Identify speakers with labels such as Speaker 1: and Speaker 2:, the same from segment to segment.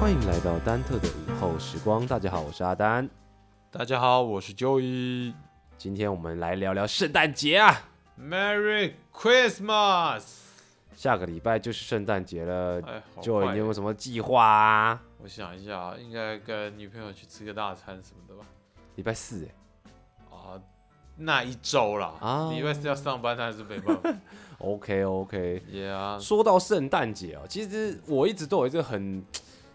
Speaker 1: 欢迎来到丹特的午后时光。大家好，我是阿丹。
Speaker 2: 大家好，我是 Joey。
Speaker 1: 今天我们来聊聊圣诞节啊！
Speaker 2: Merry Christmas！
Speaker 1: 下个礼拜就是圣诞节了，
Speaker 2: 哎，好
Speaker 1: 就
Speaker 2: 快
Speaker 1: 你有没
Speaker 2: 耶！
Speaker 1: 有什么计划啊？
Speaker 2: 我想一下啊，应该跟女朋友去吃个大餐什么的吧。
Speaker 1: 礼拜四哎，
Speaker 2: 啊，那一周啦，
Speaker 1: 啊
Speaker 2: 礼拜四要上班，但是没办 法。
Speaker 1: OK OK。
Speaker 2: yeah，
Speaker 1: 说到圣诞节哦，其实我一直都有一个很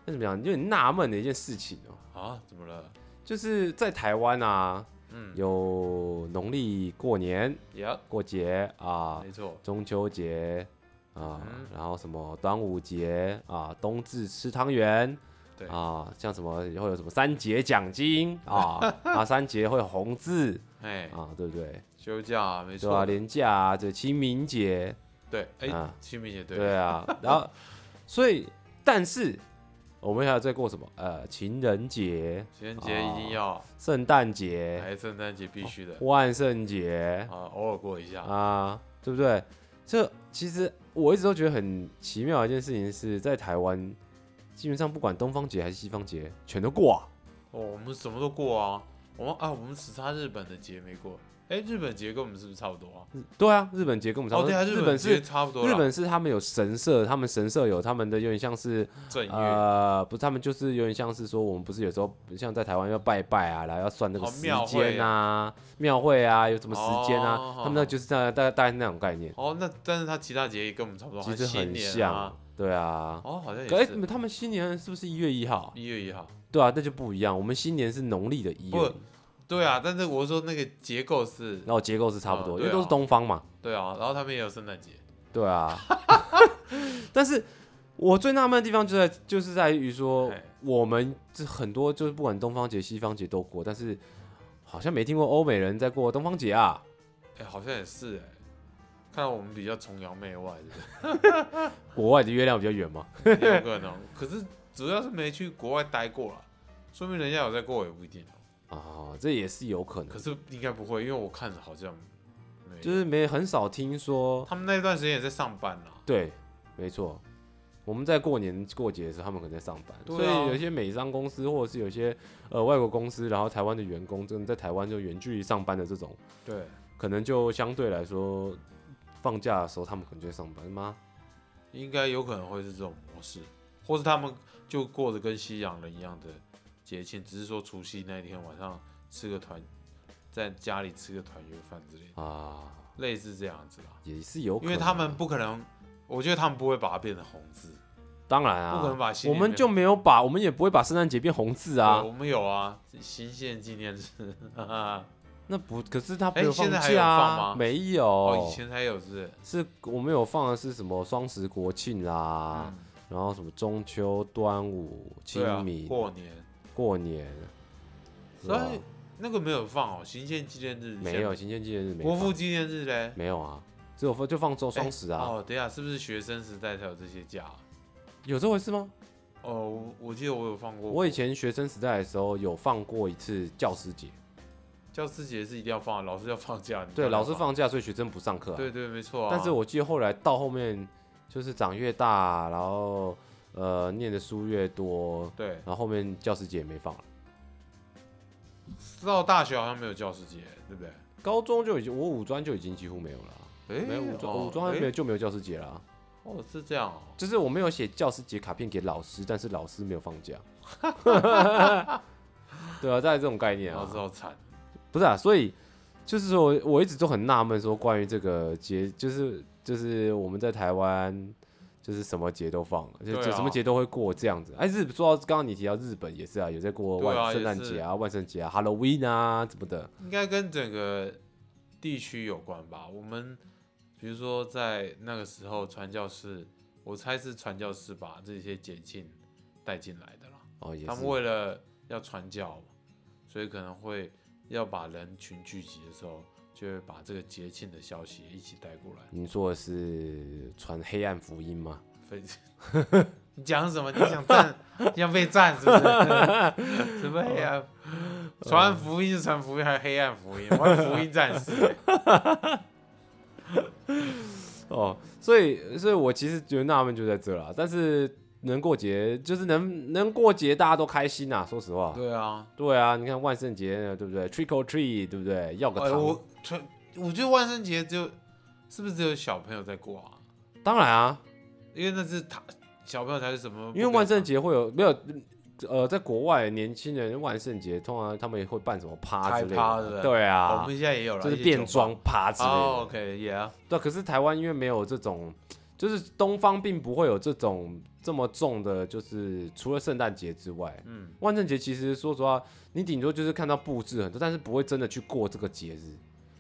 Speaker 1: 那怎么讲，有点纳闷的一件事情哦，
Speaker 2: 啊，怎么了？
Speaker 1: 就是在台湾啊，
Speaker 2: 嗯
Speaker 1: 有农历过年、
Speaker 2: ，Yeah，
Speaker 1: 过节啊，
Speaker 2: 没错。
Speaker 1: 中秋节啊
Speaker 2: 嗯，
Speaker 1: 然后什么端午节啊，冬至吃汤圆，
Speaker 2: 对
Speaker 1: 啊，像什么会有什么三节奖金 啊啊，三节会有红字
Speaker 2: 哎，
Speaker 1: 啊，对不对？
Speaker 2: 休假没
Speaker 1: 对啊，
Speaker 2: 错。
Speaker 1: 廉价啊，这清明节，
Speaker 2: 对，哎
Speaker 1: 啊，
Speaker 2: 清明节对
Speaker 1: 对啊，然后所以但是我们还有在过什么呃情人节、
Speaker 2: 情人节一定要，
Speaker 1: 圣诞节、
Speaker 2: 哎，圣诞节必须的
Speaker 1: 万圣节
Speaker 2: 啊，偶尔过一下。
Speaker 1: 啊，对不对？这其实我一直都觉得很奇妙的一件事情是在台湾，基本上不管东方节还是西方节，全都过啊。
Speaker 2: 哦，我们什么都过啊，我们啊，我们只差日本的节没过。哎，日本节跟我们是不是差不多啊？
Speaker 1: 对啊，日本节跟我们差不
Speaker 2: 哦，
Speaker 1: 多。
Speaker 2: 对啊，
Speaker 1: 日
Speaker 2: 本
Speaker 1: 是
Speaker 2: 节差不多啦。
Speaker 1: 日本是他们有神社，他们神社有他们的有点像是
Speaker 2: 正月，
Speaker 1: 呃，不是他们就是有点像是说我们不是有时候像在台湾要拜拜啊，然后要算那个
Speaker 2: 哦
Speaker 1: 时
Speaker 2: 庙会
Speaker 1: 间啊、庙会啊，有什么时间啊，
Speaker 2: 哦
Speaker 1: 他们那就是大大大概是那种概念，
Speaker 2: 哦，那但是他其他节也跟我们差不多，
Speaker 1: 其实
Speaker 2: 好像
Speaker 1: 很
Speaker 2: 新年
Speaker 1: 像，
Speaker 2: 啊。
Speaker 1: 对啊。
Speaker 2: 哦，好像
Speaker 1: 哎、
Speaker 2: 也是
Speaker 1: 他们新年是不是一月一号？
Speaker 2: 一月一号。
Speaker 1: 对啊，那就不一样。我们新年是农历的一月
Speaker 2: 不，对啊，但是我说那个结构是，
Speaker 1: 然后结构是差不多，
Speaker 2: 哦
Speaker 1: 因
Speaker 2: 对啊
Speaker 1: 为都是东方嘛。
Speaker 2: 对啊，然后他们也有圣诞节。
Speaker 1: 对啊， 但是我最纳闷的地方就在就是在于说
Speaker 2: 哎，
Speaker 1: 我们这很多就是不管东方节、西方节都过，但是好像没听过欧美人在过东方节啊。
Speaker 2: 哎，好像也是哎，看来我们比较崇洋媚外，对
Speaker 1: 国外的月亮比较圆嘛。
Speaker 2: 不对？有可能，可是主要是没去国外待过了，说明人家有在过也不一定哦。
Speaker 1: 啊，这也是有可能
Speaker 2: 可，是应该不会，因为我看着好像没有，
Speaker 1: 就是没很少听说。
Speaker 2: 他们那段时间也在上班啊啦。
Speaker 1: 对，没错。我们在过年过节的时候，他们可能在上班，
Speaker 2: 对
Speaker 1: 所
Speaker 2: 啊
Speaker 1: 以有些美商公司或者是有些呃外国公司，然后台湾的员工真的在台湾就远距离上班的这种，
Speaker 2: 对，
Speaker 1: 可能就相对来说，放假的时候他们可能就在上班吗？
Speaker 2: 应该有可能会是这种模式，或是他们就过着跟西洋人一样的节庆，只是说除夕那一天晚上吃个团，在家里吃个团圆饭之类的，
Speaker 1: 啊，
Speaker 2: 类似这样子啦。
Speaker 1: 也是有可
Speaker 2: 因
Speaker 1: 能啊，
Speaker 2: 为他们不可能，我觉得他们不会把它变成红字，
Speaker 1: 当然啊，
Speaker 2: 不可能把新
Speaker 1: 我
Speaker 2: 年
Speaker 1: 们就没有把，我们也不会把圣诞节变红字
Speaker 2: 对
Speaker 1: 啊。
Speaker 2: 我们有啊，新县纪念日， 哈哈
Speaker 1: 那不，可是他没
Speaker 2: 哎
Speaker 1: 有
Speaker 2: 现在还有
Speaker 1: 假
Speaker 2: 放
Speaker 1: 啊，
Speaker 2: 吗
Speaker 1: 没有，
Speaker 2: 哦，以前才有是不是，
Speaker 1: 是我们有放的是什么双十国庆啦，
Speaker 2: 嗯
Speaker 1: 然后什么中秋、端午、啊清
Speaker 2: 对啊
Speaker 1: 明、
Speaker 2: 过年，
Speaker 1: 过年，是吧
Speaker 2: 所以那个没有放哦，新县纪念日以前
Speaker 1: 没有，，行宪纪念日没
Speaker 2: 国父
Speaker 1: 放，
Speaker 2: 纪念日嘞，
Speaker 1: 没有啊，只有放就放周双十啊，
Speaker 2: 哦，等一下，是不是学生时代才有这些假啊、
Speaker 1: 有这回事吗？
Speaker 2: 哦，我我记得我有放过。
Speaker 1: 我以前学生时代的时候有放过一次教师节，
Speaker 2: 教师节是一定要放，啊老师要放假。你
Speaker 1: 对，
Speaker 2: 当然
Speaker 1: 老师。放假，所以学生不上课、啊。
Speaker 2: 对对，没错、啊。
Speaker 1: 但是我记得后来到后面，就是长越大，然后呃念的书越多，
Speaker 2: 对
Speaker 1: 然后后面教师节也没放了。
Speaker 2: 到大学好像没有教师节，对不对？
Speaker 1: 高中就已经，我五专就已经几乎没有了啊，
Speaker 2: 哎
Speaker 1: 没有五专，五专
Speaker 2: 还
Speaker 1: 没有就没有教师节啊啦。
Speaker 2: 哦，是这样、哦。
Speaker 1: 就是我没有写教师节卡片给老师，但是老师没有 放假。对啊，大概这种概念啊
Speaker 2: 老。师好惨。
Speaker 1: 不是啊，所以就是说，我一直都很纳闷，说关于这个节，就是就是我们在台湾，就是什么节都放，就、
Speaker 2: 对啊
Speaker 1: 就什么节都会过这样子。哎，日说到刚刚你提到日本也是啊，有在过
Speaker 2: 对啊
Speaker 1: 万
Speaker 2: 也是
Speaker 1: 圣诞节啊、万圣节啊、Halloween 啊什么的。
Speaker 2: 应该跟整个地区有关吧。我们比如说在那个时候，传教士，我猜是传教士把这些节庆带进来的啦。
Speaker 1: 哦，也
Speaker 2: 他们
Speaker 1: 是
Speaker 2: 为了要传教嘛，所以可能会要把人群聚集的时候，就会把这个节庆的消息一起带过来。
Speaker 1: 您说的是传黑暗福音吗？
Speaker 2: 非 你讲什么？你想站，你想被站是不是？ 什么黑
Speaker 1: 哦
Speaker 2: 暗？传福音是传福音，还是黑暗福音？我是福音战士、
Speaker 1: 哦，所以，所以我其实觉得纳闷就在这啦。但是能过节，就是能能过节，大家都开心啊。说实话，
Speaker 2: 对啊，
Speaker 1: 对啊，你看万圣节对不对？Trick or treat 对不对？要个
Speaker 2: 哎，
Speaker 1: 糖，
Speaker 2: 我突我觉得万圣节只有是不是只有小朋友在过啊？
Speaker 1: 当然啊，
Speaker 2: 因为那是他小朋友才是什么？
Speaker 1: 因为万圣节会有没有？呃，在国外年轻人万圣节通常他们也会办什么趴
Speaker 2: 开
Speaker 1: 之类
Speaker 2: 趴哦对不
Speaker 1: 的，
Speaker 2: 对
Speaker 1: 对
Speaker 2: 我
Speaker 1: 啊
Speaker 2: 们，现在也有了，
Speaker 1: 就是
Speaker 2: 一些
Speaker 1: 变
Speaker 2: 酒吧
Speaker 1: 装趴之类
Speaker 2: 哦
Speaker 1: 的。
Speaker 2: ，OK，yeah，
Speaker 1: 对啊，可是台湾因为没有这种，就是东方并不会有这种这么重的，就是除了圣诞节之外，
Speaker 2: 嗯，
Speaker 1: 万圣节其实说实话，你顶多就是看到布置很多，但是不会真的去过这个节日。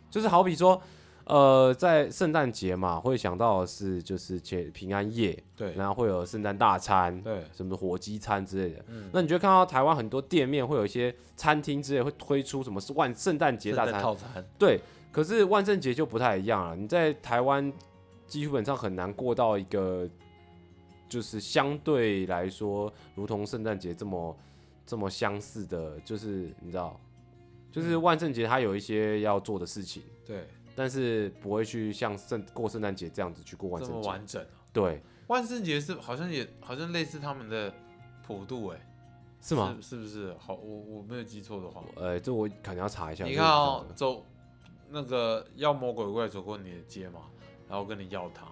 Speaker 1: 就是好比说，呃，在圣诞节嘛，会想到的是就是且平安夜，
Speaker 2: 对
Speaker 1: 然后会有圣诞大餐，
Speaker 2: 对，
Speaker 1: 什么火鸡餐之类的。
Speaker 2: 嗯，
Speaker 1: 那你就会看到台湾很多店面会有一些餐厅之类会推出什么万圣诞节
Speaker 2: 圣
Speaker 1: 大
Speaker 2: 诞
Speaker 1: 餐，
Speaker 2: 套餐，
Speaker 1: 对，可是万圣节就不太一样啊了。你在台湾基本上很难过到一个，就是相对来说，如同圣诞节这么这么相似的，就是你知道，就是万圣节它有一些要做的事情，
Speaker 2: 对，
Speaker 1: 但是不会去像圣过圣诞节这样子去过万
Speaker 2: 这
Speaker 1: 圣
Speaker 2: 么
Speaker 1: 节。
Speaker 2: 完整啊。
Speaker 1: 对，
Speaker 2: 万圣节是好像也好像类似他们的普渡，哎，
Speaker 1: 是吗？
Speaker 2: 是不是？好，我我没有记错的话，
Speaker 1: 呃，这我可能要查一下。
Speaker 2: 你
Speaker 1: 这
Speaker 2: 看
Speaker 1: 个
Speaker 2: 哦
Speaker 1: 不，知道
Speaker 2: 走那个妖魔鬼怪走过你的街嘛，然后跟你要糖，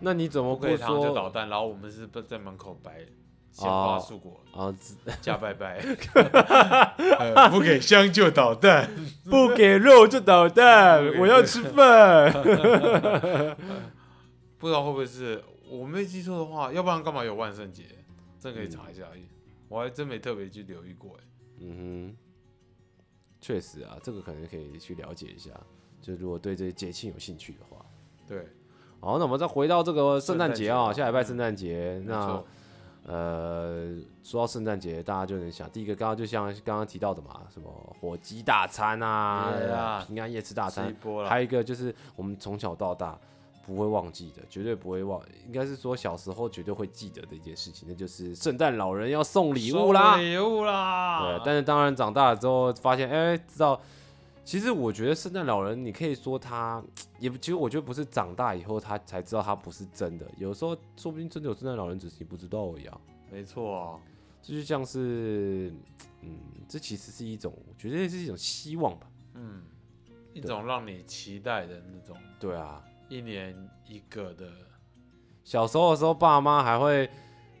Speaker 1: 那你怎么
Speaker 2: 不
Speaker 1: 不
Speaker 2: 给糖就捣
Speaker 1: 说
Speaker 2: 蛋，然后我们是在门口摆鲜花素果
Speaker 1: 啊？
Speaker 2: 加拜拜， 呃不给香就捣蛋，
Speaker 1: 不给肉就捣蛋
Speaker 2: 我要
Speaker 1: 吃饭。
Speaker 2: 不知道会不会是我没记错的话，要不然干嘛有万圣节？这可以查一下，我还真没特别去留意过，哎，
Speaker 1: 嗯哼，确实啊，这个可能可以去了解一下，就如果对这些节庆有兴趣的话。
Speaker 2: 对，
Speaker 1: 好，那我们再回到这个圣
Speaker 2: 圣
Speaker 1: 诞
Speaker 2: 诞
Speaker 1: 节
Speaker 2: 节
Speaker 1: 啊，
Speaker 2: 啊
Speaker 1: 下礼拜
Speaker 2: 嗯
Speaker 1: 圣诞节，
Speaker 2: 没
Speaker 1: 那
Speaker 2: 错，
Speaker 1: 呃，说到圣诞节，大家就能想，第一个刚刚就像刚刚提到的嘛，什么火鸡大餐啊，
Speaker 2: 对啊
Speaker 1: 平安夜吃大
Speaker 2: 吃一
Speaker 1: 餐，
Speaker 2: 波了，
Speaker 1: 还有一个就是我们从小到大不会忘记的，绝对不会忘，应该是说小时候绝对会记得的一件事情，那就是圣诞老人要送礼物啦，
Speaker 2: 收礼物啦
Speaker 1: 对，，啊但是当然长大了之后发现，哎、知道，其实我觉得圣诞老人，你可以说他也不，其实我觉得不是长大以后他才知道他不是真的，有时候说不定真的有圣诞老人，只是你不知道而已啊。
Speaker 2: 没错啊，
Speaker 1: 这就像是，嗯，这其实是一种，我觉得是一种希望吧。
Speaker 2: 嗯，一种让你期待的那种，
Speaker 1: 对啊，
Speaker 2: 一年一个的，
Speaker 1: 小时候的时候，爸妈还会。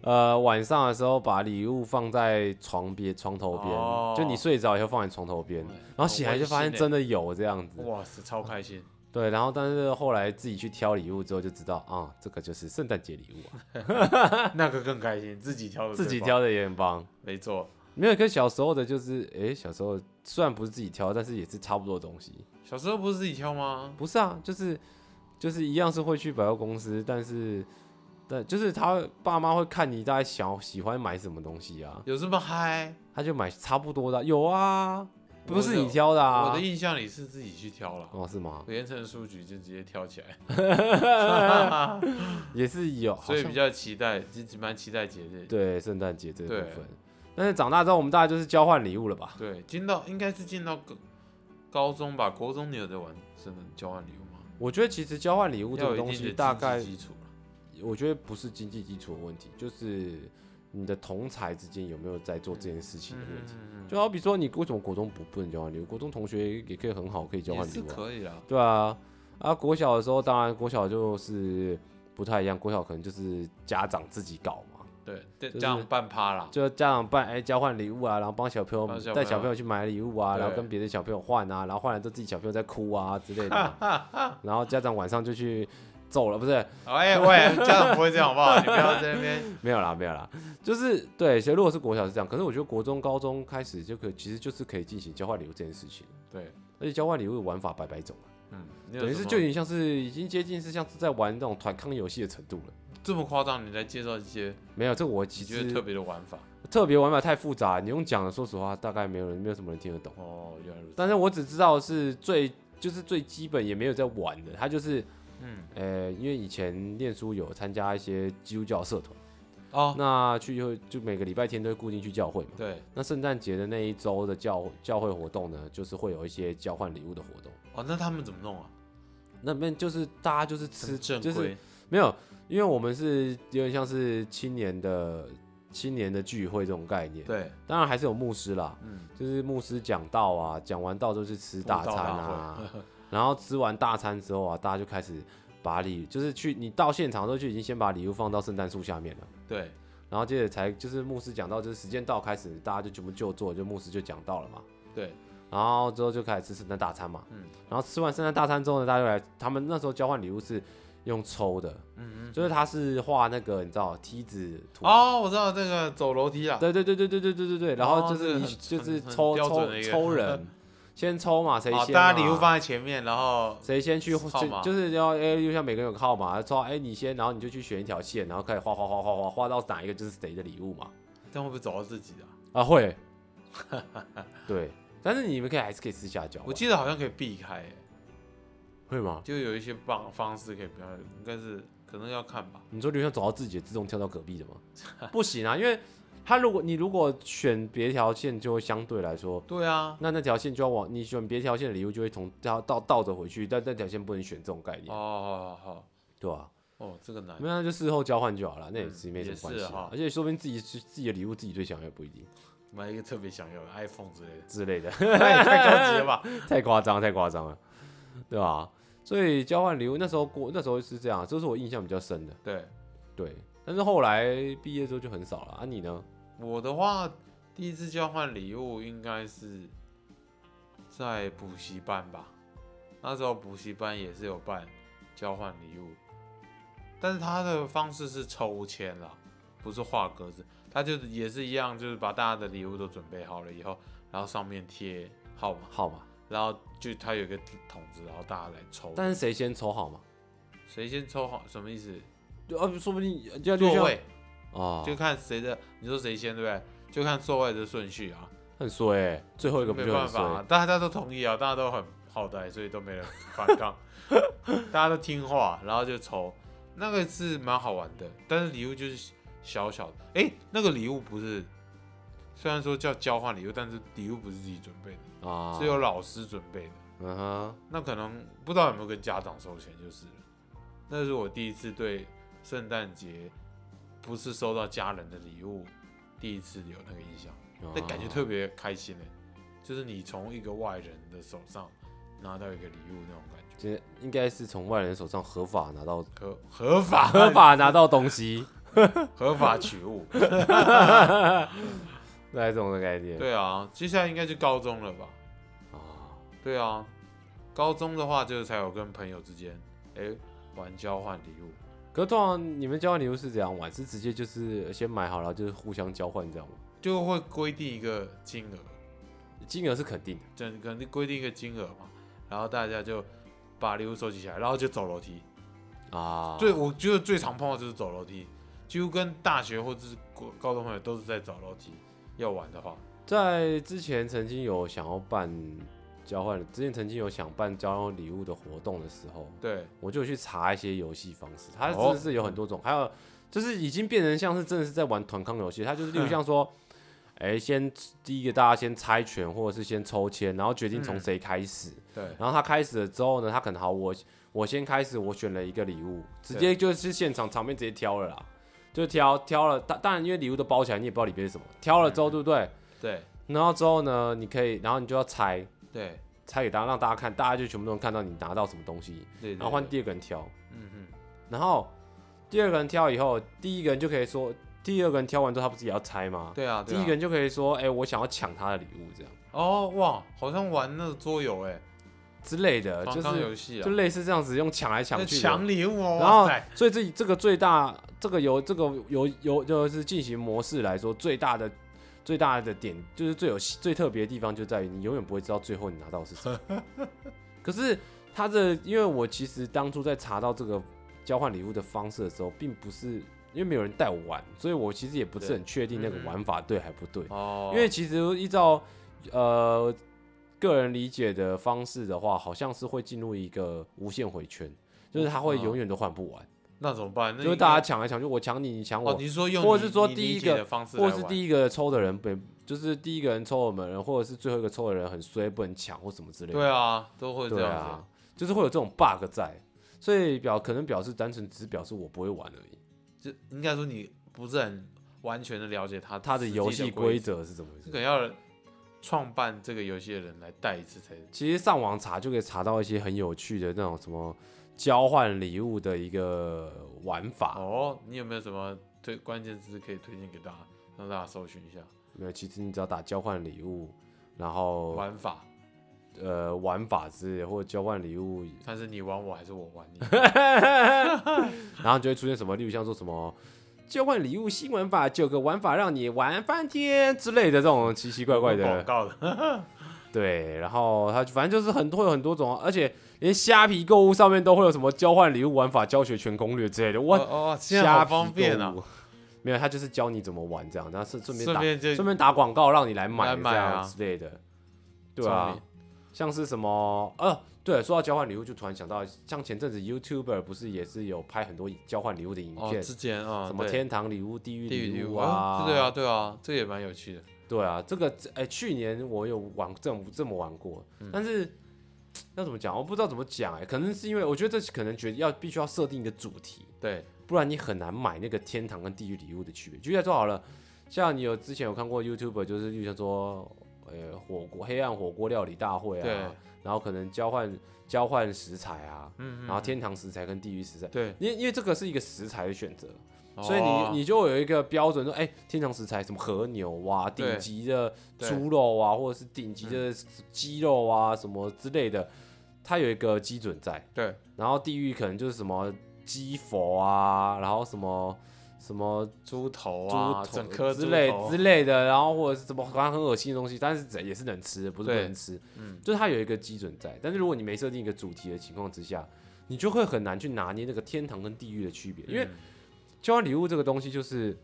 Speaker 1: 呃，晚上的时候把礼物放在床边、床头边，
Speaker 2: 哦
Speaker 1: 就你睡着以后放在床头边，然
Speaker 2: 嗯
Speaker 1: 后醒来就发现真的有这样子。
Speaker 2: 哇塞，超开心，
Speaker 1: 对，然后但是后来自己去挑礼物之后就知道啊、这个就是圣诞节礼物啊，
Speaker 2: 那个更开心，自己挑的，
Speaker 1: 自己，挑的也很棒。
Speaker 2: 没错。
Speaker 1: 没有，跟小时候的就是，诶，小时候虽然不是自己挑，但是也是差不多的东西。
Speaker 2: 小时候不是自己挑吗？
Speaker 1: 不是啊，就是就是一样是会去百货公司，但是但就是他爸妈会看你大概想喜欢买什么东西啊，
Speaker 2: 有这么嗨？
Speaker 1: 他就买差不多的啊、有啊，不是
Speaker 2: 我的
Speaker 1: 你挑的啊。
Speaker 2: 我的印象里是自己去挑了，
Speaker 1: 哦，是吗？
Speaker 2: 连城书局就直接挑起来，
Speaker 1: 也是有，好
Speaker 2: 所以
Speaker 1: 像
Speaker 2: 比较期待，就蛮期待节日。
Speaker 1: 对圣诞节这个
Speaker 2: 对
Speaker 1: 部分。但是长大之后，我们大家就是交换礼物了吧？
Speaker 2: 对，进到应该是进到高高中吧，国中你有在玩真的交换礼物吗？
Speaker 1: 我觉得其实交换礼物这
Speaker 2: 要
Speaker 1: 个
Speaker 2: 有
Speaker 1: 东
Speaker 2: 一定的
Speaker 1: 西，大
Speaker 2: 经济
Speaker 1: 概
Speaker 2: 基础了。
Speaker 1: 我觉得不是经济基础的问题，就是你的同才之间有没有在做这件事情的问题。
Speaker 2: 嗯，
Speaker 1: 就好比说，你为什么国中不不能交换礼物？国中同学也可以很好，可以交
Speaker 2: 也
Speaker 1: 换
Speaker 2: 是
Speaker 1: 礼物、啊，
Speaker 2: 可以啦。
Speaker 1: 对啊。啊，国小的时候，当然国小就是不太一样，国小可能就是家长自己搞嘛，
Speaker 2: 对，对
Speaker 1: 就是
Speaker 2: 这样半趴啦。
Speaker 1: 就家长办哎、交换礼物啊，然后帮小朋友
Speaker 2: 帮小朋
Speaker 1: 带
Speaker 2: 友
Speaker 1: 小朋友去买礼物啊，
Speaker 2: 对
Speaker 1: 然后跟别的小朋友换啊，然后换了之后自己小朋友在哭啊之类的 啊，然后家长晚上就去揍了，不是
Speaker 2: 哎喂，家长不会这样好不好？你不要在那 边。
Speaker 1: 没有啦，没有啦，就是对，其实如果是国小是这样，可是我觉得国中、高中开始就可以，其实就是可以进行交换礼物这件事情，
Speaker 2: 对，
Speaker 1: 而且交换礼物的玩法百百种啊，
Speaker 2: 嗯，你有
Speaker 1: 等于
Speaker 2: 什
Speaker 1: 是
Speaker 2: 么
Speaker 1: 就已经像是已经接近是像是在玩那种团康游戏的程度了。
Speaker 2: 这么夸张，你来介绍一些
Speaker 1: 没有，这我
Speaker 2: 你
Speaker 1: 其
Speaker 2: 觉
Speaker 1: 实
Speaker 2: 得特别的玩法
Speaker 1: 特别玩法太复杂，你用讲的，说实话，大概没有人，没有什么人听得懂。
Speaker 2: 哦，原来如此。
Speaker 1: 但是我只知道是最就是最基本，也没有在玩的，他就是
Speaker 2: 嗯，
Speaker 1: 呃，因为以前念书有参加一些基督教社团，
Speaker 2: 哦，
Speaker 1: 那去就就每个礼拜天都会固定去教会嘛。
Speaker 2: 对，
Speaker 1: 那圣诞节的那一周的教教会活动呢，就是会有一些交换礼物的活动。
Speaker 2: 哦，那他们怎么弄啊？
Speaker 1: 那边就是大家就是吃，
Speaker 2: 很正
Speaker 1: 就是
Speaker 2: 规，
Speaker 1: 没有，因为我们是有点像是青年的青年的聚会这种概念，
Speaker 2: 对，
Speaker 1: 当然还是有牧师啦，
Speaker 2: 嗯，
Speaker 1: 就是牧师讲道啊，讲完道就是吃大餐啊
Speaker 2: 布，
Speaker 1: 然后吃完大餐之后啊，大家就开始把礼，就是去你到现场的时候就已经先把礼物放到圣诞树下面了，
Speaker 2: 对，
Speaker 1: 然后接着才就是牧师讲到，就是时间到开始，大家就全部就坐，就牧师就讲到了嘛，
Speaker 2: 对，
Speaker 1: 然后之后就开始吃圣诞大餐嘛，
Speaker 2: 嗯
Speaker 1: 然后吃完圣诞大餐之后呢，大家就来，他们那时候交换礼物是用抽的，
Speaker 2: 嗯嗯，
Speaker 1: 就是他是画那个你知道梯子图。
Speaker 2: 哦，我知道这个走楼梯啊，
Speaker 1: 对对对对对对对对对，然后就
Speaker 2: 这
Speaker 1: 是
Speaker 2: 个
Speaker 1: 你
Speaker 2: 很
Speaker 1: 就是
Speaker 2: 很很
Speaker 1: 抽
Speaker 2: 标准
Speaker 1: 抽
Speaker 2: 的一个
Speaker 1: 抽人，先抽嘛，谁
Speaker 2: 好，
Speaker 1: 先
Speaker 2: 大家
Speaker 1: 嘛
Speaker 2: 礼物放在前面，然后
Speaker 1: 谁先去
Speaker 2: 号
Speaker 1: 就
Speaker 2: 码
Speaker 1: 就是要哎，就像每个人有个号码，抽哎你先，然后你就去选一条线，然后开始画画画画画，画到哪一个就是谁的礼物嘛。
Speaker 2: 这样会不会找到自己啊？
Speaker 1: 啊 会，对，但是你们可以还是可以私下交换，
Speaker 2: 我记得好像可以避开耶，
Speaker 1: 会吗？
Speaker 2: 就有一些方方式可以避开，应该是可能要看吧。
Speaker 1: 你说刘翔走到自己的自动跳到隔壁的吗？ 不行啊，因为他如果你如果选别条线，就会相对来说，
Speaker 2: 对啊，
Speaker 1: 那那条线就要往你选别条线的礼物就会从倒倒倒着回去，但那条线不能选这种概念，
Speaker 2: 哦，好好好，
Speaker 1: 对吧、
Speaker 2: 哦，这个难
Speaker 1: 没，有，那就事后交换就好了，那也
Speaker 2: 嗯
Speaker 1: 是没什么
Speaker 2: 也
Speaker 1: 关系
Speaker 2: 是
Speaker 1: 啊、
Speaker 2: 哈
Speaker 1: 而且说不定自己是自己的礼物自己最想要也不一定，
Speaker 2: 买一个特别想要的 iPhone 之类的
Speaker 1: 之类的，
Speaker 2: 那也 太高级了吧？
Speaker 1: 太夸张，太夸张了，对吧、所以交换礼物那时候过，那时候是这样，这是我印象比较深的。
Speaker 2: 对，
Speaker 1: 对，但是后来毕业之后就很少了啊。你呢？
Speaker 2: 我的话，第一次交换礼物应该是在补习班吧。那时候补习班也是有办交换礼物，但是他的方式是抽签啦，不是画格子。他就也是一样，就是把大家的礼物都准备好了以后，然后上面贴号码，
Speaker 1: 号码？
Speaker 2: 然后就他有一个筒子，然后大家来抽。
Speaker 1: 但是谁先抽号码？
Speaker 2: 谁先抽好什么意思？
Speaker 1: 就
Speaker 2: 呃
Speaker 1: 啊，说不定就
Speaker 2: 座位
Speaker 1: 啊，
Speaker 2: 就看谁的，你说谁先对不对？就看座位的顺序啊。
Speaker 1: 很衰、欸，最后一个不
Speaker 2: 没
Speaker 1: 就
Speaker 2: 办
Speaker 1: 很
Speaker 2: 法、
Speaker 1: 衰？
Speaker 2: 大家都同意啊，大家都很好的，所以都没人反 抗，大家都听话，然后就抽，那个是蛮好玩的，但是礼物就是小小的，哎、那个礼物不是，虽然说叫交换礼物，但是礼物不是自己准备的，
Speaker 1: 啊，
Speaker 2: 是由老师准备的，
Speaker 1: 嗯哼，
Speaker 2: 那可能不知道有没有跟家长收钱就是了，那是我第一次对圣诞节不是收到家人的礼物，第一次有那个印象。那
Speaker 1: 哦
Speaker 2: 感觉特别开心呢，就是你从一个外人的手上拿到一个礼物那种感觉，
Speaker 1: 这应该是从外人手上合法拿 到
Speaker 2: 合合法
Speaker 1: 合法拿到东西，
Speaker 2: 合法取物。
Speaker 1: 那这种的概念。
Speaker 2: 对啊，接下来应该就高中了吧？
Speaker 1: 啊，
Speaker 2: 对啊，高中的话就是才有跟朋友之间哎、玩交换礼物，
Speaker 1: 可是通常你们交换礼物是怎样玩？是直接就是先买好，然后就是互相交换这样吗？
Speaker 2: 就会规定一个金额，
Speaker 1: 金额是肯定的，
Speaker 2: 整个规定一个金额嘛，然后大家就把礼物收集起来，然后就走楼梯。
Speaker 1: 啊，
Speaker 2: 最我觉得最常碰到就是走楼梯，几乎跟大学或者是高高中朋友都是在走楼梯。要玩的话，
Speaker 1: 在之前曾经有想要办交换，之前曾经有想办交换礼物的活动的时候，
Speaker 2: 对，
Speaker 1: 我就去查一些游戏方式，它真
Speaker 2: 哦
Speaker 1: 的是有很多种，还有就是已经变成像是真的是在玩团康游戏，它就是例如像说，
Speaker 2: 嗯
Speaker 1: 哎、先第一个大家先猜拳，或者是先抽签，然后决定从
Speaker 2: 嗯
Speaker 1: 谁开始，
Speaker 2: 对，
Speaker 1: 然后他开始了之后呢，他可能好我我先开始，我选了一个礼物，直接就是现场场面直接挑了啦，就挑挑了，当当然因为礼物都包起来，你也不知道里面是什么，挑了之
Speaker 2: 嗯
Speaker 1: 后对不对？
Speaker 2: 对
Speaker 1: 然后之后呢，你可以，然后你就要猜
Speaker 2: 对
Speaker 1: 猜给大家让大家看，大家就全部都能看到你拿到什么东西，
Speaker 2: 对，
Speaker 1: 然后换
Speaker 2: 对，
Speaker 1: 第二个人挑。
Speaker 2: 嗯嗯，
Speaker 1: 然后第二个人挑以后，第一个人就可以说，第二个人挑完之后，他不是也要猜吗？
Speaker 2: 对啊，
Speaker 1: 第
Speaker 2: 对啊
Speaker 1: 一个人就可以说，哎、我想要抢他的礼物，这样
Speaker 2: 哦哇，好像玩那个桌游哎，
Speaker 1: 之类的，
Speaker 2: 防
Speaker 1: 就
Speaker 2: 刚
Speaker 1: 是
Speaker 2: 游戏啊
Speaker 1: 就，类似这样子，用抢来抢
Speaker 2: 那
Speaker 1: 去的。
Speaker 2: 抢礼物哦，
Speaker 1: 然后
Speaker 2: 哇塞，
Speaker 1: 所以这这个最大这个游这个游游就是进行模式来说，最大的最大的点就是最有最特别的地方就在于你永远不会知道最后你拿到的是什么。可是它这因为我其实当初在查到这个交换礼物的方式的时候，并不是因为没有人带我玩，所以我其实也不是很确定那个
Speaker 2: 嗯
Speaker 1: 玩法对还不对。
Speaker 2: 哦，
Speaker 1: 因为其实依照呃个人理解的方式的话，好像是会进入一个无限回圈，就是它会
Speaker 2: 嗯
Speaker 1: 永远都换不完。
Speaker 2: 那怎么办？那
Speaker 1: 就是
Speaker 2: 应
Speaker 1: 大家
Speaker 2: 该
Speaker 1: 抢来抢去，我抢你，你抢我，
Speaker 2: 哦，你是说用你，
Speaker 1: 或者是说
Speaker 2: 你
Speaker 1: 第一
Speaker 2: 理解
Speaker 1: 个
Speaker 2: 的方式来
Speaker 1: 或
Speaker 2: 玩，
Speaker 1: 者是第一个抽的人被，就是第一个人抽我们人，或者是最后一个抽的人很衰，不能抢或什么之类的。
Speaker 2: 对啊，都会这
Speaker 1: 对
Speaker 2: 样
Speaker 1: 啊
Speaker 2: 子，，
Speaker 1: 就是会有这种 bug 在。所以表可能表示单纯只表示我不会玩而已。
Speaker 2: 就应该说你不是很完全的了解它
Speaker 1: 它的
Speaker 2: 实际
Speaker 1: 游戏
Speaker 2: 规
Speaker 1: 规，则是怎么回
Speaker 2: 这
Speaker 1: 事？
Speaker 2: 个要创办这个游戏的人来带一次才
Speaker 1: 其实上网查就可以查到一些很有趣的那种什么交换礼物的一个玩法。
Speaker 2: 哦。你有没有什么推关键字可以推荐给大家，让大家搜寻一下
Speaker 1: 没有，其实你只要打交换礼物，然后
Speaker 2: 玩法？
Speaker 1: 呃玩法之类的或者交换礼物，
Speaker 2: 但是你玩我还是我玩 你？
Speaker 1: 然后就会出现什么，例如像说什么。交换礼物新玩法，九个玩法让你玩翻天之类的这种奇奇怪怪的
Speaker 2: 广告的，
Speaker 1: 对，然后它反正就是很多有很多种啊，而且连虾皮购物上面都会有什么交换礼物玩法教学全攻略之类的。
Speaker 2: 哦
Speaker 1: 哇，
Speaker 2: 哦，现在
Speaker 1: 虾
Speaker 2: 好
Speaker 1: 皮
Speaker 2: 方便啊
Speaker 1: 购！物！没有，他就是教你怎么玩这样，然后顺顺便
Speaker 2: 顺
Speaker 1: 打
Speaker 2: 便就
Speaker 1: 顺便打广告让你来买
Speaker 2: 来买
Speaker 1: 这样
Speaker 2: 啊
Speaker 1: 之类的。对啊
Speaker 2: 聪明，
Speaker 1: 像是什么呃，对，说到交换礼物，就突然想到，像前阵子 YouTuber 不是也是有拍很多交换礼物的影
Speaker 2: 哦，
Speaker 1: 片，
Speaker 2: 之前啊，
Speaker 1: 什么
Speaker 2: 对
Speaker 1: 天堂礼物、地狱
Speaker 2: 地狱
Speaker 1: 礼
Speaker 2: 礼
Speaker 1: 物
Speaker 2: 物
Speaker 1: 啊，
Speaker 2: 对啊，对啊，这个也蛮有趣的。
Speaker 1: 对啊，这个哎、去年我有玩这么这么玩过，
Speaker 2: 嗯
Speaker 1: 但是要怎么讲，我不知道怎么讲哎、可能是因为我觉得这可能觉得要必须要设定一个主题，
Speaker 2: 对，
Speaker 1: 不然你很难买那个天堂跟地狱礼物的区别。举例来说好了，像你有之前有看过 YouTube，就是例如像说，呃、火锅黑暗火锅料理大会
Speaker 2: 对
Speaker 1: 啊，然后可能交换交换食材啊，
Speaker 2: 嗯
Speaker 1: 然后天堂食材跟地狱食材，
Speaker 2: 对，
Speaker 1: 因为因为这个是一个食材的选择，啊
Speaker 2: 哦
Speaker 1: 所以你
Speaker 2: 你
Speaker 1: 你就有一个标准说，哎、天堂食材什么和牛啊，
Speaker 2: 对
Speaker 1: 顶级的
Speaker 2: 对嗯
Speaker 1: 猪肉啊，或者是顶级的鸡肉啊，什么之类的，它有一个基准在。
Speaker 2: 对
Speaker 1: 然后地狱可能就是什么鸡佛啊，然后什么什么
Speaker 2: 猪头
Speaker 1: 猪
Speaker 2: 啊，
Speaker 1: 头
Speaker 2: 整颗
Speaker 1: 之
Speaker 2: 猪
Speaker 1: 类
Speaker 2: 头
Speaker 1: 之类的，然后或者是什么好像很恶心的东西，但是也是能吃的，不是不
Speaker 2: 对
Speaker 1: 能吃。
Speaker 2: 嗯，
Speaker 1: 就是它有一个基准在，但是如果你没设定一个主题的情况之下，你就会很难去拿捏那个天堂跟地狱的区别，因为
Speaker 2: 嗯
Speaker 1: 交换礼物这个东西就是，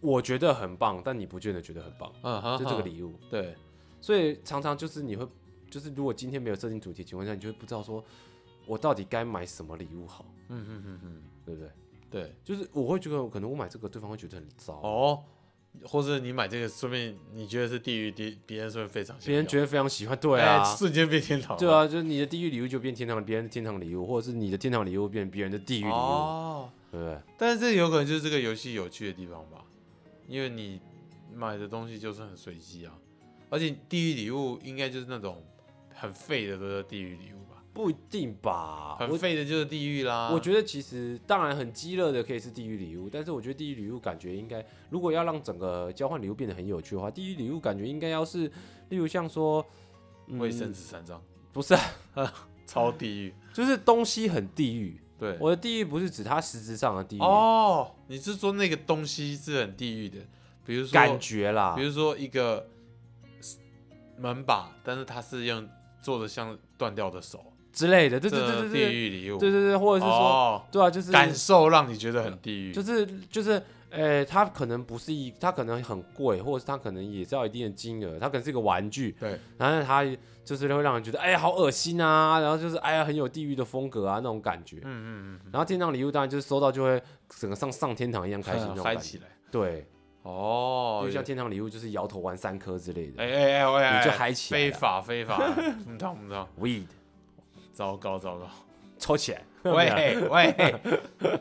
Speaker 1: 我觉得很棒，但你不见得觉得很棒，
Speaker 2: 嗯哼，
Speaker 1: 就这个
Speaker 2: 哼
Speaker 1: 礼物。
Speaker 2: 对
Speaker 1: 所以常常就是你会，就是如果今天没有设定主题的情况下，你就会不知道说我到底该买什么礼物好，
Speaker 2: 嗯嗯嗯嗯
Speaker 1: 对不对？
Speaker 2: 对
Speaker 1: 就是我会觉得可能我买这个，对方会觉得很糟，
Speaker 2: 哦，或者你买这个，说明你觉得是地狱，别别人说非常想
Speaker 1: 别人
Speaker 2: 要哎
Speaker 1: 觉得非常喜欢，对啊。
Speaker 2: 哎瞬间变天堂，
Speaker 1: 对，啊，就是你的地狱礼物就变天堂，别人的天堂礼物，或者是你的天堂礼物变别人的地狱礼物，
Speaker 2: 哦，
Speaker 1: 对不对？
Speaker 2: 但是这有可能就是这个游戏有趣的地方吧，因为你买的东西就是很随机啊，而且地狱礼物应该就是那种很废的都是地狱礼物吧，
Speaker 1: 不一定吧？我
Speaker 2: 很废的就是地狱啦。
Speaker 1: 啊我觉得其实当然很激烈的可以是地狱礼物，但是我觉得地狱礼物感觉应该，如果要让整个交换礼物变得很有趣的话，地狱礼物感觉应该要是，例如像说，嗯
Speaker 2: 卫生纸三张，
Speaker 1: 不是、啊，
Speaker 2: 超地狱。
Speaker 1: 就是东西很地狱。
Speaker 2: 对，
Speaker 1: 我的地狱不是指它实质上的地狱、
Speaker 2: 哦，你是说那个东西是很地狱的，比如说
Speaker 1: 感觉啊啦
Speaker 2: 比，如说一个门把，但是它是用做的像断掉的手，
Speaker 1: 之类的，对对
Speaker 2: 这
Speaker 1: 对对
Speaker 2: 地
Speaker 1: 对，
Speaker 2: 狱礼物，
Speaker 1: 对对对，或者是说，
Speaker 2: 哦、
Speaker 1: 对啊，就是
Speaker 2: 感受让你觉得很地狱，
Speaker 1: 就是就是，呃，它可能不是一，它可能很贵，或者是它可能也是要一定的金额，它可能是一个玩具，
Speaker 2: 对，
Speaker 1: 然后它就是会让人觉得，哎呀，好恶心啊，然后就是哎呀，很有地狱的风格啊那种感觉。
Speaker 2: 嗯嗯嗯，
Speaker 1: 然后天堂礼物当然就是收到就会整个像上天堂一样开心那
Speaker 2: 很
Speaker 1: 种
Speaker 2: 嗨
Speaker 1: 感觉
Speaker 2: 起。来，
Speaker 1: 对，
Speaker 2: 哦
Speaker 1: 就，像天堂礼物就是摇头丸三颗之类的
Speaker 2: 哎哎哎哎哎，
Speaker 1: 你就嗨起来了
Speaker 2: 非法非法，不烫不烫，
Speaker 1: ，weed
Speaker 2: 糟糕糟糕，
Speaker 1: 抽起来，
Speaker 2: 喂喂，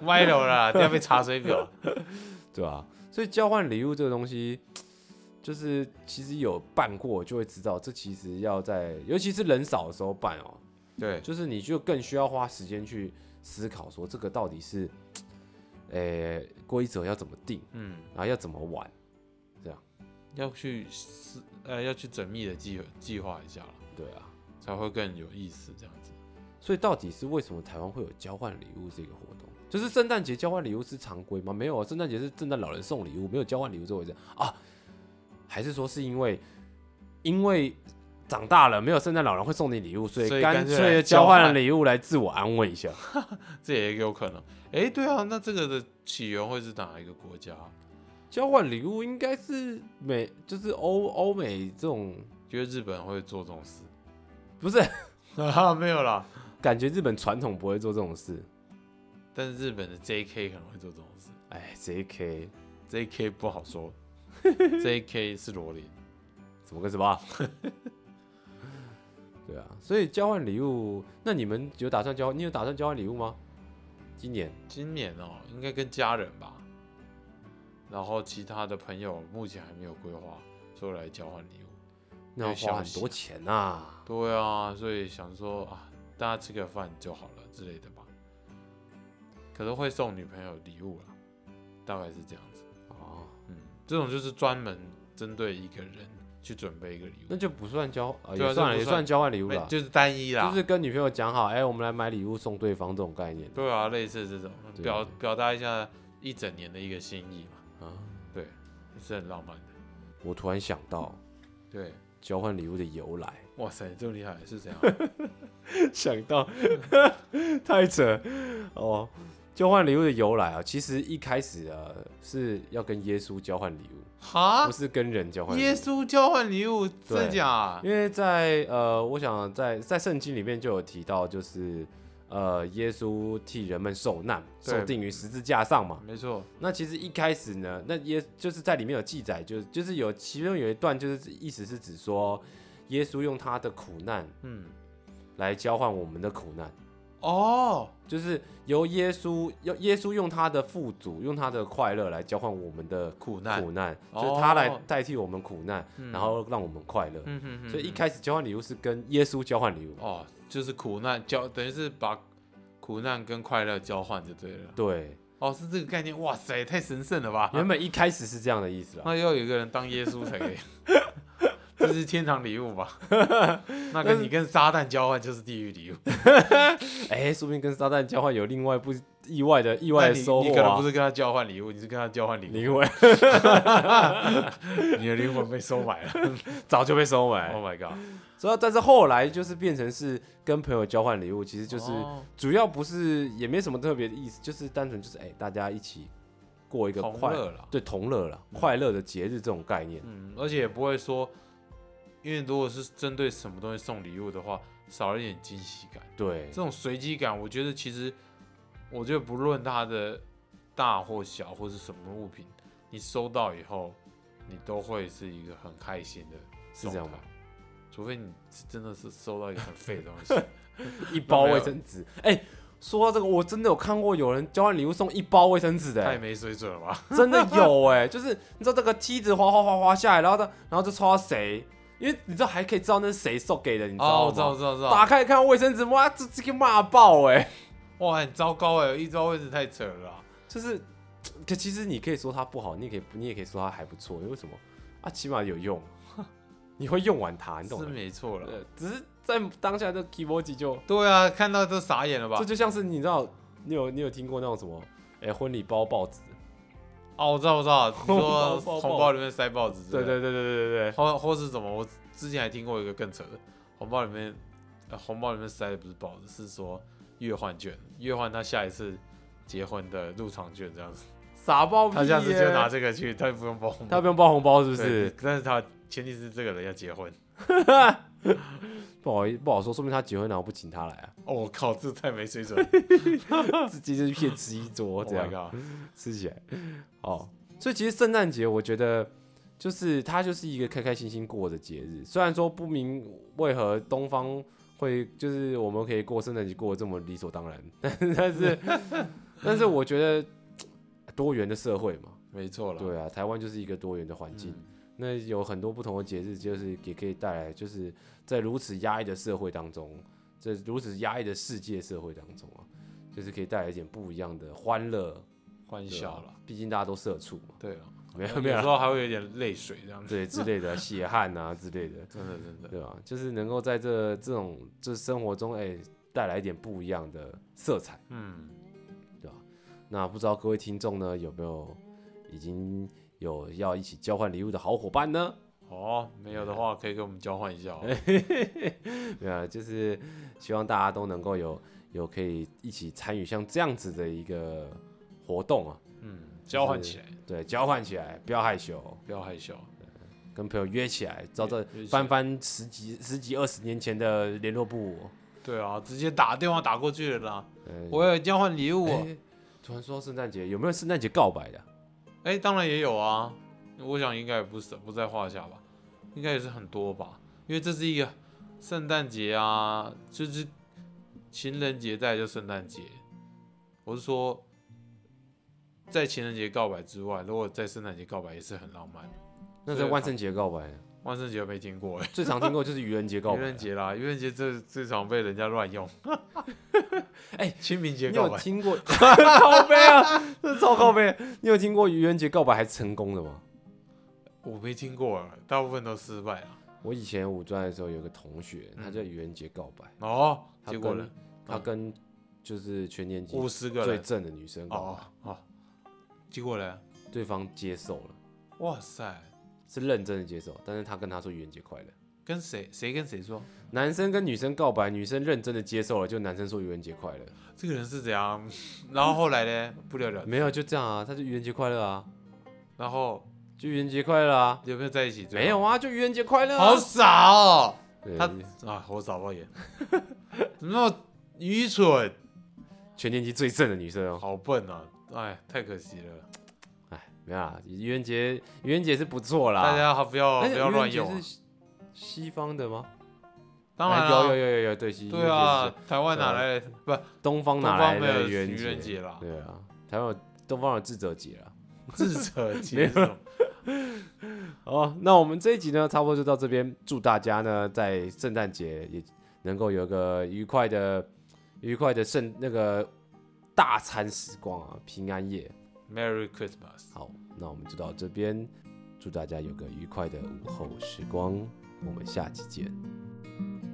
Speaker 2: 歪楼了啦，要被查水表，
Speaker 1: 对啊，所以交换礼物这个东西，就是其实有办过就会知道，这其实要在尤其是人少的时候办哦、
Speaker 2: 对，
Speaker 1: 就是你就更需要花时间去思考，说这个到底是，呃，规则要怎么定，
Speaker 2: 嗯。
Speaker 1: 然后要怎么玩。
Speaker 2: 要去思呃要去缜密的计计划一下了，
Speaker 1: 对啊，
Speaker 2: 才会更有意思这样子。
Speaker 1: 所以到底是为什么台湾会有交换礼物这个活动？就是圣诞节交换礼物是常规吗？没有啊，圣诞节是圣诞老人送礼物，没有交换礼物这回事啊？还是说是因为因为长大了，没有圣诞老人会送你礼物，所以
Speaker 2: 所以
Speaker 1: 干
Speaker 2: 干脆
Speaker 1: 脆
Speaker 2: 来
Speaker 1: 交
Speaker 2: 交
Speaker 1: 换
Speaker 2: 换
Speaker 1: 礼物来自我安慰一下？
Speaker 2: 这也有可能。哎，对啊，那这个的起源会是哪一个国家？
Speaker 1: 交换礼物应该是美，就是欧欧美这种，
Speaker 2: 觉得日本会做这种事？
Speaker 1: 不是
Speaker 2: 啊，没有啦，
Speaker 1: 感觉日本传统不会做这种事。
Speaker 2: 但是日本的 J.K. 可能会做这种事。
Speaker 1: 哎，J.K.
Speaker 2: J.K. 不好说 ，J.K. 是罗琳。
Speaker 1: 怎么个什么？对啊，所以交换礼物，那你们有打算交？你有打算交换礼物吗？今年
Speaker 2: 今年哦，应该跟家人吧，然后其他的朋友目前还没有规划说来交换礼物。
Speaker 1: 那要
Speaker 2: 有消
Speaker 1: 花很
Speaker 2: 息
Speaker 1: 多钱呐、啊。
Speaker 2: 对啊，所以想说啊，大家吃个饭就好了之类的吧。可是会送女朋友礼物啦，大概是这样子。
Speaker 1: 哦，
Speaker 2: 嗯，这种就是专门针对一个人去准备一个礼
Speaker 1: 那
Speaker 2: 物，
Speaker 1: 就不算交，啊，
Speaker 2: 对啊
Speaker 1: 也算
Speaker 2: 这
Speaker 1: 了，
Speaker 2: 不
Speaker 1: 也
Speaker 2: 算
Speaker 1: 算交换礼物
Speaker 2: 没
Speaker 1: 了。
Speaker 2: 就是单一啦。
Speaker 1: 就是跟女朋友讲好，哎、我们来买礼物送对方这种概念
Speaker 2: 对啊，类似这种
Speaker 1: 对
Speaker 2: 表表达一下一整年的一个心意嘛，
Speaker 1: 啊。
Speaker 2: 是很浪漫的。
Speaker 1: 我突然想到
Speaker 2: 对，
Speaker 1: 交换礼物的由 来，
Speaker 2: 哇塞，这么厉害是怎样？
Speaker 1: 想 到太扯哦。交换礼物的由来啊，其实一开始啊是要跟耶稣交换礼物，
Speaker 2: 哈
Speaker 1: 不，是跟人交换礼物。
Speaker 2: 耶稣交换礼物，
Speaker 1: 对
Speaker 2: 真假啊？
Speaker 1: 因为在呃，我想在在圣经里面就有提到，就是呃，耶稣替人们受难，
Speaker 2: 对
Speaker 1: 受定于十字架上嘛。
Speaker 2: 没错，
Speaker 1: 那其实一开始呢，那耶就是在里面有记载，就是就是有其中有一段就是意思是指说，耶稣用他的苦难
Speaker 2: 嗯，
Speaker 1: 来交换我们的苦难，
Speaker 2: 哦，
Speaker 1: 就是由耶稣用耶稣用他的富足，用他的快乐来交换我们的
Speaker 2: 苦难，
Speaker 1: 苦难，
Speaker 2: 哦
Speaker 1: 就是他来代替我们苦难，
Speaker 2: 嗯
Speaker 1: 然后让我们快乐。
Speaker 2: 嗯哼哼
Speaker 1: 所以一开始交换礼物是跟耶稣交换礼物，
Speaker 2: 哦，就是苦难交，等于是把苦难跟快乐交换就对了。
Speaker 1: 对，
Speaker 2: 哦，是这个概念，哇塞，太神圣了吧！
Speaker 1: 原本一开始是这样的意思啦。
Speaker 2: 那要有一个人当耶稣才可 以，这是天堂礼物吧？那跟你跟撒旦交换就是地狱礼物，
Speaker 1: 哎、说不定跟撒旦交换有另外不意外的意
Speaker 2: 意
Speaker 1: 外的收获
Speaker 2: 你你可能
Speaker 1: 啊
Speaker 2: 不。是跟他交换礼物，你是跟他交换礼
Speaker 1: 灵魂
Speaker 2: 物，你的灵魂被收买了。
Speaker 1: 早就被收买
Speaker 2: oh my god！
Speaker 1: 所以，但是后来就是变成是跟朋友交换礼物，其实就是
Speaker 2: 哦
Speaker 1: 主要不是也没什么特别的意思，就是单纯就是哎、大家一起过一个
Speaker 2: 同
Speaker 1: 快
Speaker 2: 乐了。
Speaker 1: 对同乐了、快乐的节日这种概念。
Speaker 2: 嗯，而且也不会说，因为如果是针对什么东西送礼物的话，少了一点惊喜感。
Speaker 1: 对
Speaker 2: 这，种随机感，我觉得其实，我觉得不论它的大或小或是什么物品，你收到以后，你都会是一个很开心的
Speaker 1: 是这样吗
Speaker 2: 状态？除非你是真的是收到一个很废的东 西，
Speaker 1: 一包
Speaker 2: 那没
Speaker 1: 卫
Speaker 2: 有
Speaker 1: 生纸。哎、说到这个，我真的有看过有人交换礼物送一包卫生纸的、
Speaker 2: 太
Speaker 1: 哎，
Speaker 2: 没水准了吧？
Speaker 1: 真的有哎、就是你知道这个梯子哗哗哗哗下来，然后他然后就抽到谁，因为你知道还可以知道那是谁送给的，你知
Speaker 2: 哦，
Speaker 1: 道
Speaker 2: 我知道，我
Speaker 1: 吗？
Speaker 2: 知道，我知
Speaker 1: 打
Speaker 2: 道，
Speaker 1: 开看卫生纸，哇，这这个骂爆哎、
Speaker 2: 哇，很糟糕哎，一周位置太扯了啊、
Speaker 1: 就是，可其实你可以说它不好，你也可以你也可以说它还不错，因为为什么啊？起码有用， 你会用完它，你懂
Speaker 2: 是
Speaker 1: 吗？
Speaker 2: 没错了。
Speaker 1: 呃，只是在当下的 keyboard 就，
Speaker 2: 对啊，看到都傻眼了吧
Speaker 1: 这？就像是你知道，你有你有听过那种什么，哎、婚礼包报纸，
Speaker 2: 哦，我知道，我知 道，你
Speaker 1: 包
Speaker 2: 说
Speaker 1: 包
Speaker 2: 红包里面塞报纸之类
Speaker 1: 对
Speaker 2: 的，
Speaker 1: 对对对对对对，
Speaker 2: 或或是什么？我之前还听过一个更扯的，红包里面，呃、红包里面塞的不是报纸，是说月换券，月换他下一次结婚的入场券这样子，
Speaker 1: 傻包屁、
Speaker 2: 他下次就拿，这个去，哦他也不用包红
Speaker 1: 他
Speaker 2: 包，
Speaker 1: 不用包红包是
Speaker 2: 不
Speaker 1: 不是？
Speaker 2: 但是他前提是这个人要结婚。
Speaker 1: 不好意不好说，说明他结婚然后不请他来 啊，
Speaker 2: 哦，我靠，这太没水准 了
Speaker 1: 直接就是骗吃一桌
Speaker 2: ！Oh
Speaker 1: 这样。
Speaker 2: my god！
Speaker 1: 吃起来。哦，所以其实圣诞节我觉得就是它就是一个开开心心过的节日，虽然说不明为何东方会就是我们可以过圣诞节过得这么理所当然，但但是但是我觉得多元的社会嘛，
Speaker 2: 没错了，
Speaker 1: 对啊，台湾就是一个多元的环境。
Speaker 2: 嗯
Speaker 1: 那有很多不同的节日，就是也可以带来，就是在如此压抑的社会当中，在如此压抑的世界社会当中啊，就是可以带来一点不一样的欢乐，
Speaker 2: 欢
Speaker 1: 对
Speaker 2: 笑
Speaker 1: 啊
Speaker 2: 了，，
Speaker 1: 毕竟大家都社畜嘛，
Speaker 2: 对了，
Speaker 1: 没有
Speaker 2: 有
Speaker 1: 没有啦，
Speaker 2: 时候还会有点泪水这样子，
Speaker 1: 对之类的血汗啊之类 的，
Speaker 2: 真的真的，
Speaker 1: 对吧？就是能够在这这种这生活中，哎、带来一点不一样的色彩，
Speaker 2: 嗯。
Speaker 1: 对吧？那不知道各位听众呢有没有已经有要一起交换礼物的好伙伴呢？
Speaker 2: 哦，没有的话可以跟我们交换一下、哦。
Speaker 1: 对啊，就是希望大家都能够有有可以一起参与像这样子的一个活动啊，
Speaker 2: 嗯，交换起来，
Speaker 1: 对，交换起来，不要害羞，
Speaker 2: 不要害羞。
Speaker 1: 跟朋友约起来，照这
Speaker 2: 约约起来
Speaker 1: 翻翻十几十几二十年前的联络簿。
Speaker 2: 对啊，直接打电话打过去了啦。
Speaker 1: 呃
Speaker 2: 我有交换礼物、哦，
Speaker 1: 哎突然说圣诞节有没有圣诞节告白的啊？
Speaker 2: 哎、当然也有啊。我想应该也不是不在话下吧，应该也是很多吧，因为这是一个圣诞节啊，就是情人节再来就圣诞节。我是说，在情人节告白之外，如果在圣诞节告白也是很浪漫。
Speaker 1: 那在万圣节告白呢，啊
Speaker 2: 万圣节我没听过哎、
Speaker 1: 最常听过就是愚人节告白。啊
Speaker 2: 愚人，节啦，愚人节这最常被人家乱用。
Speaker 1: 哎
Speaker 2: 清明节
Speaker 1: 你
Speaker 2: 告
Speaker 1: 有
Speaker 2: 白
Speaker 1: 听过？ 靠背啊，这超靠背。啊你有听过愚人节告白还成功的吗？
Speaker 2: 我没听过啊，大部分都失败啊了。
Speaker 1: 我以前五专的时候有个同学，
Speaker 2: 嗯
Speaker 1: 他叫愚人节告白，
Speaker 2: 哦，
Speaker 1: 他
Speaker 2: 结果
Speaker 1: 跟
Speaker 2: 呢？
Speaker 1: 他
Speaker 2: 嗯
Speaker 1: 跟就是全年级
Speaker 2: 五十个
Speaker 1: 最
Speaker 2: 人。
Speaker 1: 正的女生告
Speaker 2: 哦
Speaker 1: 白，
Speaker 2: 哦，结果呢？
Speaker 1: 对方接受了，
Speaker 2: 哇塞，
Speaker 1: 是认真的接受，但是他跟他说愚人节快乐。
Speaker 2: 跟谁谁跟谁说？
Speaker 1: 男生跟女生告白，女生认真的接受了，就男生说愚人节快乐，
Speaker 2: 这个人是怎样？ 然后后来呢？不了了。
Speaker 1: 没有就这样啊，他就愚人节快乐啊，
Speaker 2: 然后
Speaker 1: 就愚人节快乐啊，
Speaker 2: 有没有在一起？
Speaker 1: 没有，啊，就愚人节快乐、啊。
Speaker 2: 好傻哦。
Speaker 1: 对
Speaker 2: 他啊，我傻爆眼， 怎么那么愚蠢？
Speaker 1: 嗯全年级最正的女生哦。
Speaker 2: 好笨啊！哎，太可惜了。
Speaker 1: 哎，没有啦，愚人节愚人节是不错啦，
Speaker 2: 大家还不要
Speaker 1: 而
Speaker 2: 不
Speaker 1: 且
Speaker 2: 要乱
Speaker 1: 愚人
Speaker 2: 用
Speaker 1: 节
Speaker 2: 啊。
Speaker 1: 是西西方的吗？
Speaker 2: 当然
Speaker 1: 哎
Speaker 2: 啊
Speaker 1: 有有有有有，对西
Speaker 2: 对
Speaker 1: 愚人
Speaker 2: 啊
Speaker 1: 节，
Speaker 2: 台湾哪来的？不，
Speaker 1: 是啊东方
Speaker 2: 东
Speaker 1: 哪
Speaker 2: 方
Speaker 1: 来
Speaker 2: 没
Speaker 1: 的
Speaker 2: 有
Speaker 1: 愚
Speaker 2: 愚
Speaker 1: 人
Speaker 2: 人？节啦，
Speaker 1: 对啊，台湾有东方有智者节啊。
Speaker 2: 智者节
Speaker 1: 没有
Speaker 2: 是什么
Speaker 1: 哦，那我们这一集呢，差不多就到这边。祝大家呢，在圣诞节也能够有个愉快的、愉快的圣那个大餐时光啊，平安夜。
Speaker 2: Merry Christmas。
Speaker 1: 好，那我们就到这边，祝大家有个愉快的午后时光，我们下期见。